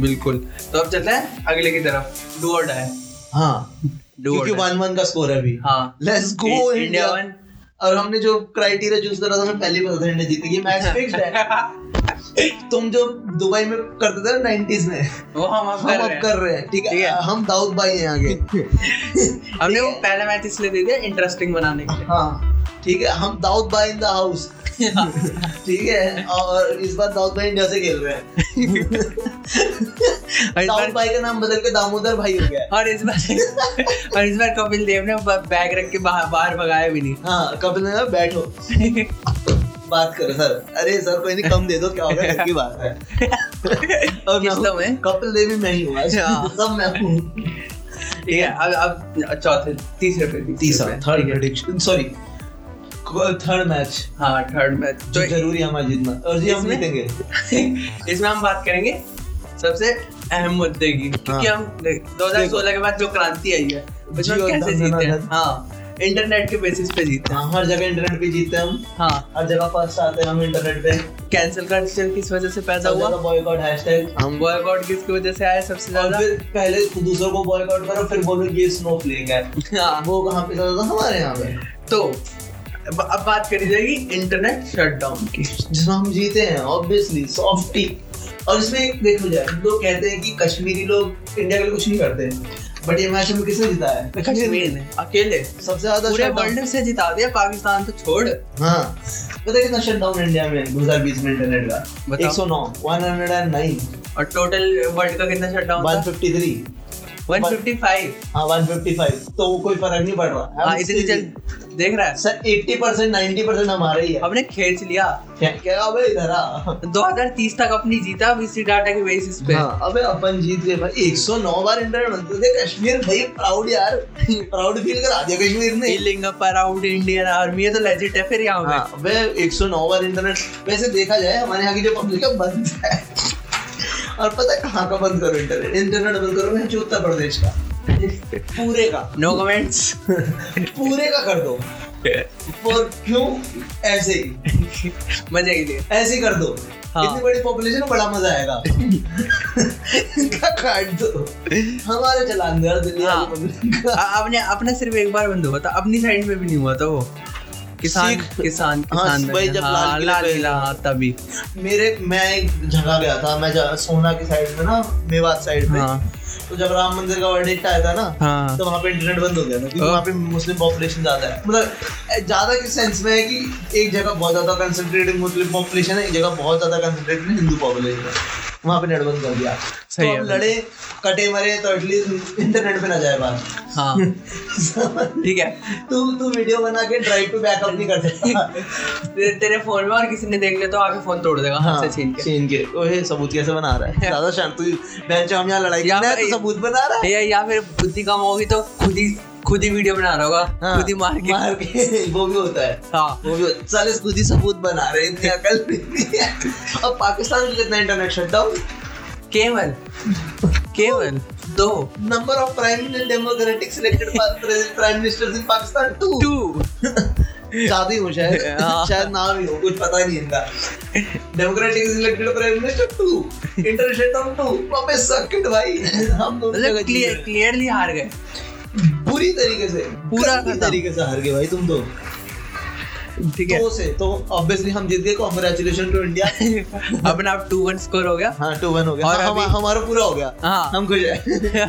[SPEAKER 1] बिल्कुल तो अब चलते हैं अगले की तरफ डू और डाई
[SPEAKER 2] हाँ
[SPEAKER 1] डू
[SPEAKER 2] क्योंकि वन वन का स्कोर है अभी
[SPEAKER 1] हाँ
[SPEAKER 2] let's go
[SPEAKER 1] India
[SPEAKER 2] India
[SPEAKER 1] one
[SPEAKER 2] और हमने जो क्राइटेरिया चूज करा था हमें पहले ही पता था इंडिया जीतेगी मैच फिक्स्ड है
[SPEAKER 1] <laughs>
[SPEAKER 2] तुम जो दुबई में करते थे ना 90s में
[SPEAKER 1] वो हम अब
[SPEAKER 2] हम
[SPEAKER 1] कर
[SPEAKER 2] अब
[SPEAKER 1] रहे हैं
[SPEAKER 2] कर रहे हैं ठीक
[SPEAKER 1] ठीक
[SPEAKER 2] है
[SPEAKER 1] है।
[SPEAKER 2] हम दाऊद भाई हैं आगे
[SPEAKER 1] हमने वो पहला मैच इसलिए दे दिया इंटरेस्टिंग बनाने के लिए
[SPEAKER 2] हाँ ठीक है हम दाऊद भाई इन द हाउस
[SPEAKER 1] हाँ।
[SPEAKER 2] <laughs> ठीक है और इस बार दाऊद भाई इंडिया से खेल रहे हैं
[SPEAKER 1] बार-
[SPEAKER 2] दाऊद भाई का नाम बदल के दामोदर भाई हो गया है।
[SPEAKER 1] और इस बार और इस बार कपिल देव ने ब- बैग रख के बाहर बाहर भगाया भी
[SPEAKER 2] हाँ कपिल ने कहा, बैठो
[SPEAKER 1] नहीं
[SPEAKER 2] बात करो सर अरे सर कोई नहीं कम दे दो क्या होगा घर की बात
[SPEAKER 1] <laughs>
[SPEAKER 2] है और मैं
[SPEAKER 1] किस्तों में?
[SPEAKER 2] हूँ, कपिल देव भी मैं ही हूँ आज।
[SPEAKER 1] हाँ।
[SPEAKER 2] सब मैं हूँ
[SPEAKER 1] ठीक है अब अब चौथे तीसरे पे
[SPEAKER 2] तीसरा
[SPEAKER 1] पे,
[SPEAKER 2] थर्ड
[SPEAKER 1] ठीक है।
[SPEAKER 2] प्रेडिक्शन सॉरी थर्ड मैच
[SPEAKER 1] हाँ थर्ड मैच
[SPEAKER 2] जो
[SPEAKER 1] तो
[SPEAKER 2] जरूरी है हमारा जीतना और जी हम
[SPEAKER 1] इसमें- <laughs>
[SPEAKER 2] जीतेंगे
[SPEAKER 1] इसमें हम बात करेंगे सबसे अहम मुद्दे की क्योंकि
[SPEAKER 2] हाँ।
[SPEAKER 1] हम देख, 2016 के बाद जो क्रांति आई है उसमें
[SPEAKER 2] जियो
[SPEAKER 1] हम कैसे
[SPEAKER 2] धन
[SPEAKER 1] जीते हैं
[SPEAKER 2] धन।
[SPEAKER 1] हाँ इंटरनेट के बेसिस पे जीते हैं
[SPEAKER 2] हाँ, हर जगह इंटरनेट पे जीतते हैं हम
[SPEAKER 1] हाँ
[SPEAKER 2] हर जगह फर्स्ट आते हैं हम इंटरनेट पे
[SPEAKER 1] कैंसिल कल्चर किस वजह से पैदा
[SPEAKER 2] सब
[SPEAKER 1] हुआ
[SPEAKER 2] जगह बॉयकॉट हैशटैग
[SPEAKER 1] हम बॉयकॉट किसकी वजह से आया सबसे
[SPEAKER 2] और
[SPEAKER 1] ज्यादा
[SPEAKER 2] फिर पहले दूसरों को बॉयकॉट करो फिर बोलो ये स्नो फ्लेक है
[SPEAKER 1] हाँ
[SPEAKER 2] वो कहाँ पे चला था हमारे यहाँ पे
[SPEAKER 1] तो अब अब बात करी जाएगी इंटरनेट शटडाउन की
[SPEAKER 2] जिसमें हम जीते हैं ऑब्वियसली सॉफ्टी और इसमें एक देखो जाए लोग कहते हैं कि कश्मीरी लोग इंडिया के लिए कुछ नहीं करते बट ये मैच हमें किसने जिता है
[SPEAKER 1] कश्मीर ने अकेले
[SPEAKER 2] सबसे ज्यादा
[SPEAKER 1] पूरे
[SPEAKER 2] shutdown-
[SPEAKER 1] वर्ल्ड में से जिता दिया पाकिस्तान तो छोड़
[SPEAKER 2] हाँ पता है कितना शटडाउन इंडिया में 2020 में इंटरनेट का
[SPEAKER 1] बताओ।
[SPEAKER 2] 109 109
[SPEAKER 1] और टोटल वर्ल्ड का कितना शटडाउन था
[SPEAKER 2] 153
[SPEAKER 1] 155
[SPEAKER 2] हाँ 155 तो वो कोई फर्क नहीं पड़ रहा
[SPEAKER 1] हाँ इतनी जल्द देख रहा है
[SPEAKER 2] सर 80 90 हमारा ही है
[SPEAKER 1] हमने खेच लिया
[SPEAKER 2] क्या क्या अबे इधर आ
[SPEAKER 1] 2030 तक अपनी जीता अब इसी डाटा के बेसिस पे
[SPEAKER 2] हाँ, अबे अपन जीत गए भाई 109 बार इंटरनेट बनते थे कश्मीर भाई प्राउड यार प्राउड फील करा दिया कश्मीर ने
[SPEAKER 1] feeling up around Indian army ये तो लेजिट है फिर यहाँ
[SPEAKER 2] हाँ,
[SPEAKER 1] पे
[SPEAKER 2] अबे 109 बार इंटरनेट वैसे देखा जाए हमारे यहाँ की जो पब्लिक है बंद है और पता है कहाँ का बंद करो इंटरनेट इंटरनेट बंद करो मैं उत्तर प्रदेश का पूरे का
[SPEAKER 1] नो कमेंट्स <laughs>
[SPEAKER 2] पूरे का कर दो और क्यों ऐसे ही
[SPEAKER 1] मजे के लिए
[SPEAKER 2] ऐसे ही कर दो
[SPEAKER 1] हाँ।
[SPEAKER 2] इतनी बड़ी पॉपुलेशन बड़ा मजा
[SPEAKER 1] <laughs>
[SPEAKER 2] आएगा इनका काट दो हमारे चलान दे और दिल्ली वाली
[SPEAKER 1] हाँ।
[SPEAKER 2] public का।
[SPEAKER 1] आ- आपने अपना सिर्फ एक बार बंद हुआ था अपनी साइड में भी नहीं हुआ था वो किसान
[SPEAKER 2] सीख-
[SPEAKER 1] किसान
[SPEAKER 2] हाँ,
[SPEAKER 1] किसान
[SPEAKER 2] भाई,
[SPEAKER 1] बने,
[SPEAKER 2] जब
[SPEAKER 1] हाँ,
[SPEAKER 2] लाल किला पे-
[SPEAKER 1] किला हाँ, तभी
[SPEAKER 2] मेरे मैं एक जगह गया था मैं जा- सोना की साइड में ना मेवात साइड में
[SPEAKER 1] हाँ
[SPEAKER 2] तो जब राम मंदिर का वर्डिक्ट आया था ना
[SPEAKER 1] हाँ
[SPEAKER 2] तो वहाँ पे इंटरनेट बंद हो गया था क्योंकि
[SPEAKER 1] हाँ।
[SPEAKER 2] वहाँ पे मुस्लिम पॉपुलेशन ज्यादा है मतलब ज्यादा किस सेंस में है कि एक जगह बहुत ज्यादा कंसंट्रेटेड मुस्लिम पॉपुलेशन है एक जगह बहुत ज्यादा कंसंट्रेटेड हिंदू पॉपुलेशन है वहाँ पे नेट बंद कर दिया
[SPEAKER 1] सही
[SPEAKER 2] तो
[SPEAKER 1] है
[SPEAKER 2] अब
[SPEAKER 1] भाई।
[SPEAKER 2] लड़े कटे मरे तो एटलीस्ट इंटरनेट पे ना जाए बात <laughs> तो
[SPEAKER 1] हाँ ठीक है
[SPEAKER 2] तू तू वीडियो बना के ड्राइव टू बैकअप नहीं कर सकता
[SPEAKER 1] ते- तेरे फोन में और किसी ने देख लिया तो आगे फोन तोड़ देगा हाथ से छीन के
[SPEAKER 2] हाँ, छीन के ओए सबूत कैसे बना रहा
[SPEAKER 1] <laughs>
[SPEAKER 2] है ज्यादा शांत तू बहन चो हम यहाँ लड़ाई कर
[SPEAKER 1] या
[SPEAKER 2] रहे हैं तो
[SPEAKER 1] भाई-
[SPEAKER 2] सबूत बना रहा है
[SPEAKER 1] <laughs> या या फिर बुद्धि कम होगी तो खुद ही खुद ही वीडियो बना रहा होगा
[SPEAKER 2] हाँ,
[SPEAKER 1] खुद ही मार के
[SPEAKER 2] मार के <laughs> वो भी होता है
[SPEAKER 1] हाँ
[SPEAKER 2] वो भी साले खुद ही सबूत बना रहे हैं, इतनी अकल नहीं है अब पाकिस्तान में कितना इंटरनेट शटडाउन
[SPEAKER 1] केवल केवल दो
[SPEAKER 2] number of prime democratic selected prime ministers in Pakistan two
[SPEAKER 1] two
[SPEAKER 2] शादी हो
[SPEAKER 1] <laughs>
[SPEAKER 2] शायद
[SPEAKER 1] हाँ।
[SPEAKER 2] शायद ना भी हो कुछ पता नहीं इनका democratic selected prime minister to internet shutdown to अबे सर्किट भाई हम दोनों
[SPEAKER 1] मतलब
[SPEAKER 2] जगह जी
[SPEAKER 1] क्लियर
[SPEAKER 2] रहे
[SPEAKER 1] क्लियरली हार गए
[SPEAKER 2] हैं। बुरी तरीके से
[SPEAKER 1] पूरा
[SPEAKER 2] गंदी
[SPEAKER 1] खत्म।
[SPEAKER 2] तरीके से हार गए भाई तुम तो
[SPEAKER 1] ठीक है
[SPEAKER 2] दो से तो ऑब्वियसली हम जीत गए कॉन्ग्रेचुलेशन टू इंडिया
[SPEAKER 1] अपना टू वन स्कोर हो गया
[SPEAKER 2] हाँ टू वन हो गया
[SPEAKER 1] और
[SPEAKER 2] हाँ, हम,
[SPEAKER 1] अभी-
[SPEAKER 2] हमारा पूरा हो गया
[SPEAKER 1] हाँ।
[SPEAKER 2] हम खुश है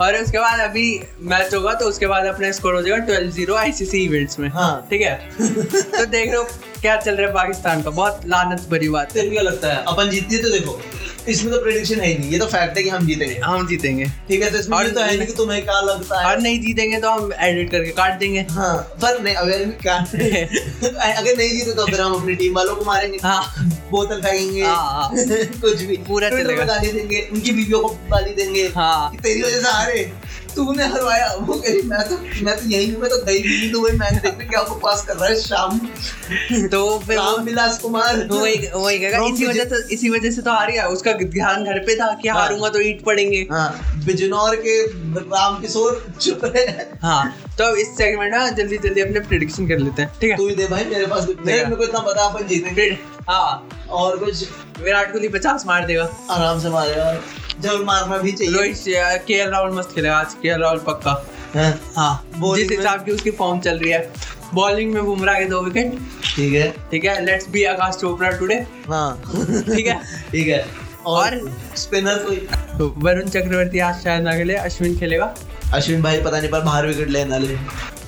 [SPEAKER 1] और उसके बाद अभी मैच होगा तो उसके बाद अपना स्कोर हो जाएगा ट्वेल्व जीरो आईसीसी इवेंट्स में
[SPEAKER 2] हाँ।
[SPEAKER 1] ठीक है तो देख रहे हो क्या चल रहा है पाकिस्तान का बहुत लानत भरी बात है
[SPEAKER 2] तेरे को क्या लगता है अपन जीतते तो देखो इसमें तो प्रेडिक्शन है ही नहीं ये तो फैक्ट है कि हम जीतेंगे
[SPEAKER 1] हम जीतेंगे
[SPEAKER 2] ठीक है तो इसमें
[SPEAKER 1] हाँ। और-
[SPEAKER 2] ये तो है नहीं कि तुम्हें क्या लगता है
[SPEAKER 1] और नहीं जीतेंगे तो हम एडिट करके काट देंगे <laughs>
[SPEAKER 2] हाँ पर नहीं अगर क्या <laughs> अगर नहीं जीते तो फिर हम अपनी टीम वालों को मारेंगे
[SPEAKER 1] हाँ
[SPEAKER 2] बोतल फेंकेंगे
[SPEAKER 1] हाँ, हाँ।
[SPEAKER 2] <laughs> कुछ भी
[SPEAKER 1] पूरा
[SPEAKER 2] Twitter
[SPEAKER 1] चलेगा।
[SPEAKER 2] पे गाली देंगे उनकी बीवियों को गाली देंगे
[SPEAKER 1] हाँ।
[SPEAKER 2] कि तेरी वजह से हारे तूने हरवाया वो कह रही मैं तो मैं तो यही हूँ मैं तो गई भी नहीं दुबई मैच देखने क्या आपको पास कर रहा है शाम
[SPEAKER 1] तो फिर वो-
[SPEAKER 2] राम विलास कुमार
[SPEAKER 1] वो तो वही वही कहेगा
[SPEAKER 2] From
[SPEAKER 1] इसी वजह से इसी वजह से तो हार गया उसका ध्यान घर पे था कि
[SPEAKER 2] हाँ।
[SPEAKER 1] हारूंगा तो ईट पड़ेंगे
[SPEAKER 2] हाँ बिजनौर के राम किशोर चुप रहे
[SPEAKER 1] हाँ तो अब इस सेगमेंट में जल्दी जल्दी अपने प्रिडिक्शन कर लेते हैं ठीक है
[SPEAKER 2] तू ही दे भाई मेरे पास कुछ नहीं
[SPEAKER 1] ठीक है।
[SPEAKER 2] मेरे को इतना पता अपन जीतेंगे
[SPEAKER 1] फिर हाँ
[SPEAKER 2] और कुछ
[SPEAKER 1] विराट कोहली पचास मार देगा
[SPEAKER 2] आराम से मारेगा जरूर मारना भी चाहिए
[SPEAKER 1] रोहित के एल राहुल मस्त खेलेगा आज के एल राहुल पक्का
[SPEAKER 2] हाँ,
[SPEAKER 1] हाँ
[SPEAKER 2] Bowling
[SPEAKER 1] जिस
[SPEAKER 2] में-
[SPEAKER 1] हिसाब की उसकी फॉर्म चल रही है बॉलिंग में बुमराह के दो विकेट
[SPEAKER 2] ठीक है
[SPEAKER 1] ठीक है let's be Aakash Chopra today
[SPEAKER 2] हाँ
[SPEAKER 1] ठीक है
[SPEAKER 2] <laughs> ठीक है और
[SPEAKER 1] और-
[SPEAKER 2] स्पिनर कोई
[SPEAKER 1] तो वरुण चक्रवर्ती आज शायद ना खेले अश्विन खेलेगा
[SPEAKER 2] अश्विन भाई पता नहीं पर बाहर विकेट लेना ले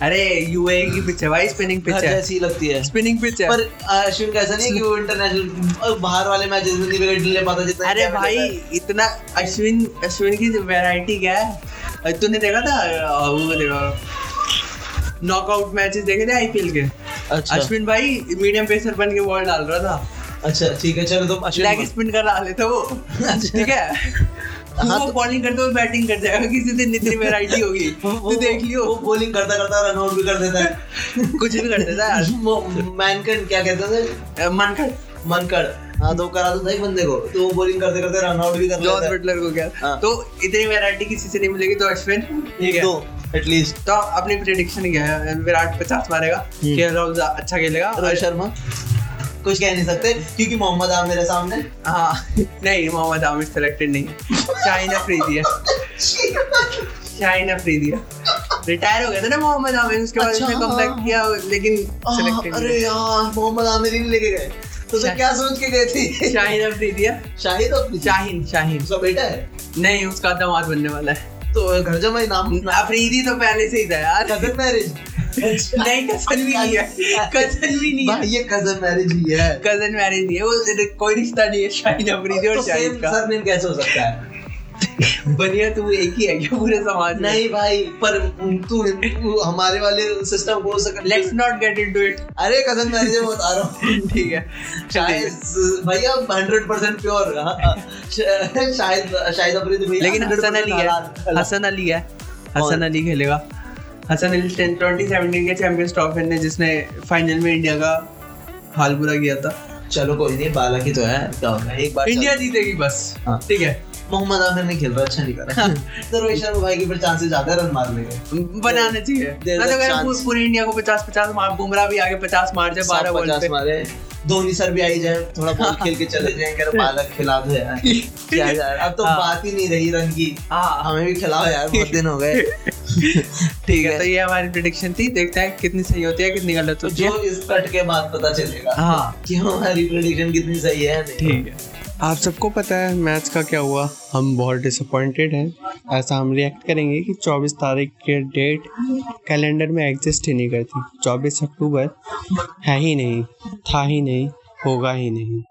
[SPEAKER 1] अरे यूए की पिच है भाई स्पिनिंग पिच
[SPEAKER 2] घर
[SPEAKER 1] है
[SPEAKER 2] जैसी ही लगती है
[SPEAKER 1] स्पिनिंग पिच है
[SPEAKER 2] हाँ, पर अश्विन का ऐसा नहीं है कि वो इंटरनेशनल बाहर वाले मैचेस में नहीं विकेट ले पाता जितना
[SPEAKER 1] अरे
[SPEAKER 2] इंडिया में
[SPEAKER 1] भाई
[SPEAKER 2] लेता है।
[SPEAKER 1] इतना अश्विन अश्विन की वैरायटी क्या है तूने देखा था अ, वो देखा नॉकआउट मैचेस देखे थे आईपीएल के
[SPEAKER 2] अच्छा
[SPEAKER 1] अश्विन भाई मीडियम पेसर बन के बॉल डाल रहा था
[SPEAKER 2] अच्छा ठीक है चलो तुम अश्विन
[SPEAKER 1] लेग
[SPEAKER 2] बोलो।
[SPEAKER 1] स्पिन कर रहा था वो ठीक है
[SPEAKER 2] हाँ,
[SPEAKER 1] वो
[SPEAKER 2] तो-
[SPEAKER 1] बॉलिंग करते हुए बैटिंग कर जाएगा किसी दिन इतनी वैरायटी <laughs> होगी
[SPEAKER 2] वो
[SPEAKER 1] तू देख लियो
[SPEAKER 2] तो वो बॉलिंग करता करता रन आउट भी कर देता है <laughs>
[SPEAKER 1] कुछ भी कर देता है
[SPEAKER 2] मैनकन क्या कहते थे
[SPEAKER 1] यार। अ, मानकर
[SPEAKER 2] मनकड़ हाँ तो करा तो था एक बंदे को तो वो बॉलिंग करते करते रन आउट भी कर
[SPEAKER 1] जॉस
[SPEAKER 2] लेता है
[SPEAKER 1] बटलर को क्या
[SPEAKER 2] हाँ।
[SPEAKER 1] तो इतनी वैरायटी किसी से नहीं मिलेगी तो अश्विन ठीक है।
[SPEAKER 2] एक दो एटलीस्ट
[SPEAKER 1] तो अपनी प्रिडिक्शन क्या है विराट पचास मारेगा
[SPEAKER 2] हम्म।
[SPEAKER 1] के राहुल अच्छा खेलेगा और-
[SPEAKER 2] रोहित शर्मा कुछ कह नहीं सकते क्योंकि मोहम्मद आमिर मेरे सामने
[SPEAKER 1] हाँ नहीं मोहम्मद आमिर सिलेक्टेड नहीं है शाहिन अफरीदी है शाहिन अफरीदी है रिटायर हो गया था ना मोहम्मद आमिर उसके बाद
[SPEAKER 2] अच्छा,
[SPEAKER 1] उसने कम
[SPEAKER 2] हाँ।
[SPEAKER 1] किया लेकिन
[SPEAKER 2] आह,
[SPEAKER 1] सिलेक्टेड
[SPEAKER 2] अरे यार मोहम्मद आमिर ही नहीं लेके गए तो
[SPEAKER 1] शाह-
[SPEAKER 2] तुम क्या सोच के गए थे
[SPEAKER 1] शाहिन अफरीदी है
[SPEAKER 2] शाहिद अपनी
[SPEAKER 1] शाहिन शाहिन
[SPEAKER 2] उसका बेटा है
[SPEAKER 1] नहीं उसका दामाद बनने वाला है
[SPEAKER 2] तो घर जमा ही नाम
[SPEAKER 1] अफरीदी तो पहले से ही था यार
[SPEAKER 2] कजन मैरिज
[SPEAKER 1] नहीं कजन भी नहीं है कजन भी नहीं
[SPEAKER 2] अच्छा। भाई
[SPEAKER 1] है
[SPEAKER 2] ये कजन मैरिज ही है
[SPEAKER 1] कजन मैरिज नहीं है वो कोई रिश्ता नहीं है शाहिन अफरीदी और
[SPEAKER 2] तो
[SPEAKER 1] शाहिद
[SPEAKER 2] सेम
[SPEAKER 1] का
[SPEAKER 2] सरनेम कैसे हो सकता
[SPEAKER 1] <laughs>
[SPEAKER 2] है
[SPEAKER 1] बनिया तू एक ही है क्या पूरे समाज में
[SPEAKER 2] नहीं भाई पर तू तू हमारे वाले सिस्टम को suck
[SPEAKER 1] let's not get into it
[SPEAKER 2] अरे कजन मैरिज है बता रहा हूँ
[SPEAKER 1] <laughs> ठीक है शाहिद
[SPEAKER 2] शायद भैया हंड्रेड परसेंट प्योर हाँ, शायद शायद अपनी भैया
[SPEAKER 1] लेकिन
[SPEAKER 2] 100%
[SPEAKER 1] हसन अली है
[SPEAKER 2] हलाल-
[SPEAKER 1] हसन अली है हसन अली खेलेगा हसन अली 2017 के चैंपियंस ट्रॉफी ने जिसने फाइनल में इंडिया का हाल बुरा किया था
[SPEAKER 2] चलो कोई नहीं बालक ही तो है क्या होगा एक बार
[SPEAKER 1] इंडिया जीतेगी बस
[SPEAKER 2] हाँ।
[SPEAKER 1] ठीक है
[SPEAKER 2] चलो। मोहम्मद आमिर नहीं खेल रहा अच्छा नहीं कर
[SPEAKER 1] हाँ।
[SPEAKER 2] रहा तो रोहित शर्मा भाई के पर चांसेस ज्यादा रन मारने के
[SPEAKER 1] बनाना चाहिए
[SPEAKER 2] There's
[SPEAKER 1] मैं तो
[SPEAKER 2] a
[SPEAKER 1] कह रहा हूँ,
[SPEAKER 2] chance.
[SPEAKER 1] पूरी इंडिया को 50 50 मार बुमराह भी आगे 50 मार जाए
[SPEAKER 2] सात
[SPEAKER 1] 12 बॉल
[SPEAKER 2] पचास
[SPEAKER 1] पे
[SPEAKER 2] मारे धोनी सर भी आई जाए थोड़ा
[SPEAKER 1] हाँ।
[SPEAKER 2] बहुत खेल के चले जाए कह रहे पालक खिला दो
[SPEAKER 1] <laughs>
[SPEAKER 2] यार क्या यार अब तो
[SPEAKER 1] हाँ।
[SPEAKER 2] बात ही नहीं रही रन की हाँ हमें भी खिलाओ यार बहुत दिन हो गए
[SPEAKER 1] <laughs> ठीक है तो ये हमारी प्रिडिक्शन थी देखते हैं कितनी सही होती है कितनी गलत होती है
[SPEAKER 2] तो जो इस कट के बाद पता चलेगा
[SPEAKER 1] हाँ
[SPEAKER 2] कि हमारी प्रेडिक्शन कितनी सही है या नहीं।
[SPEAKER 1] ठीक है आप सबको पता है मैच का क्या हुआ हम बहुत डिसअपॉइंटेड हैं ऐसा हम रिएक्ट करेंगे कि 24 तारीख के डेट कैलेंडर में एग्जिस्ट ही नहीं करती 24 अक्टूबर है ही नहीं था ही नहीं होगा ही नहीं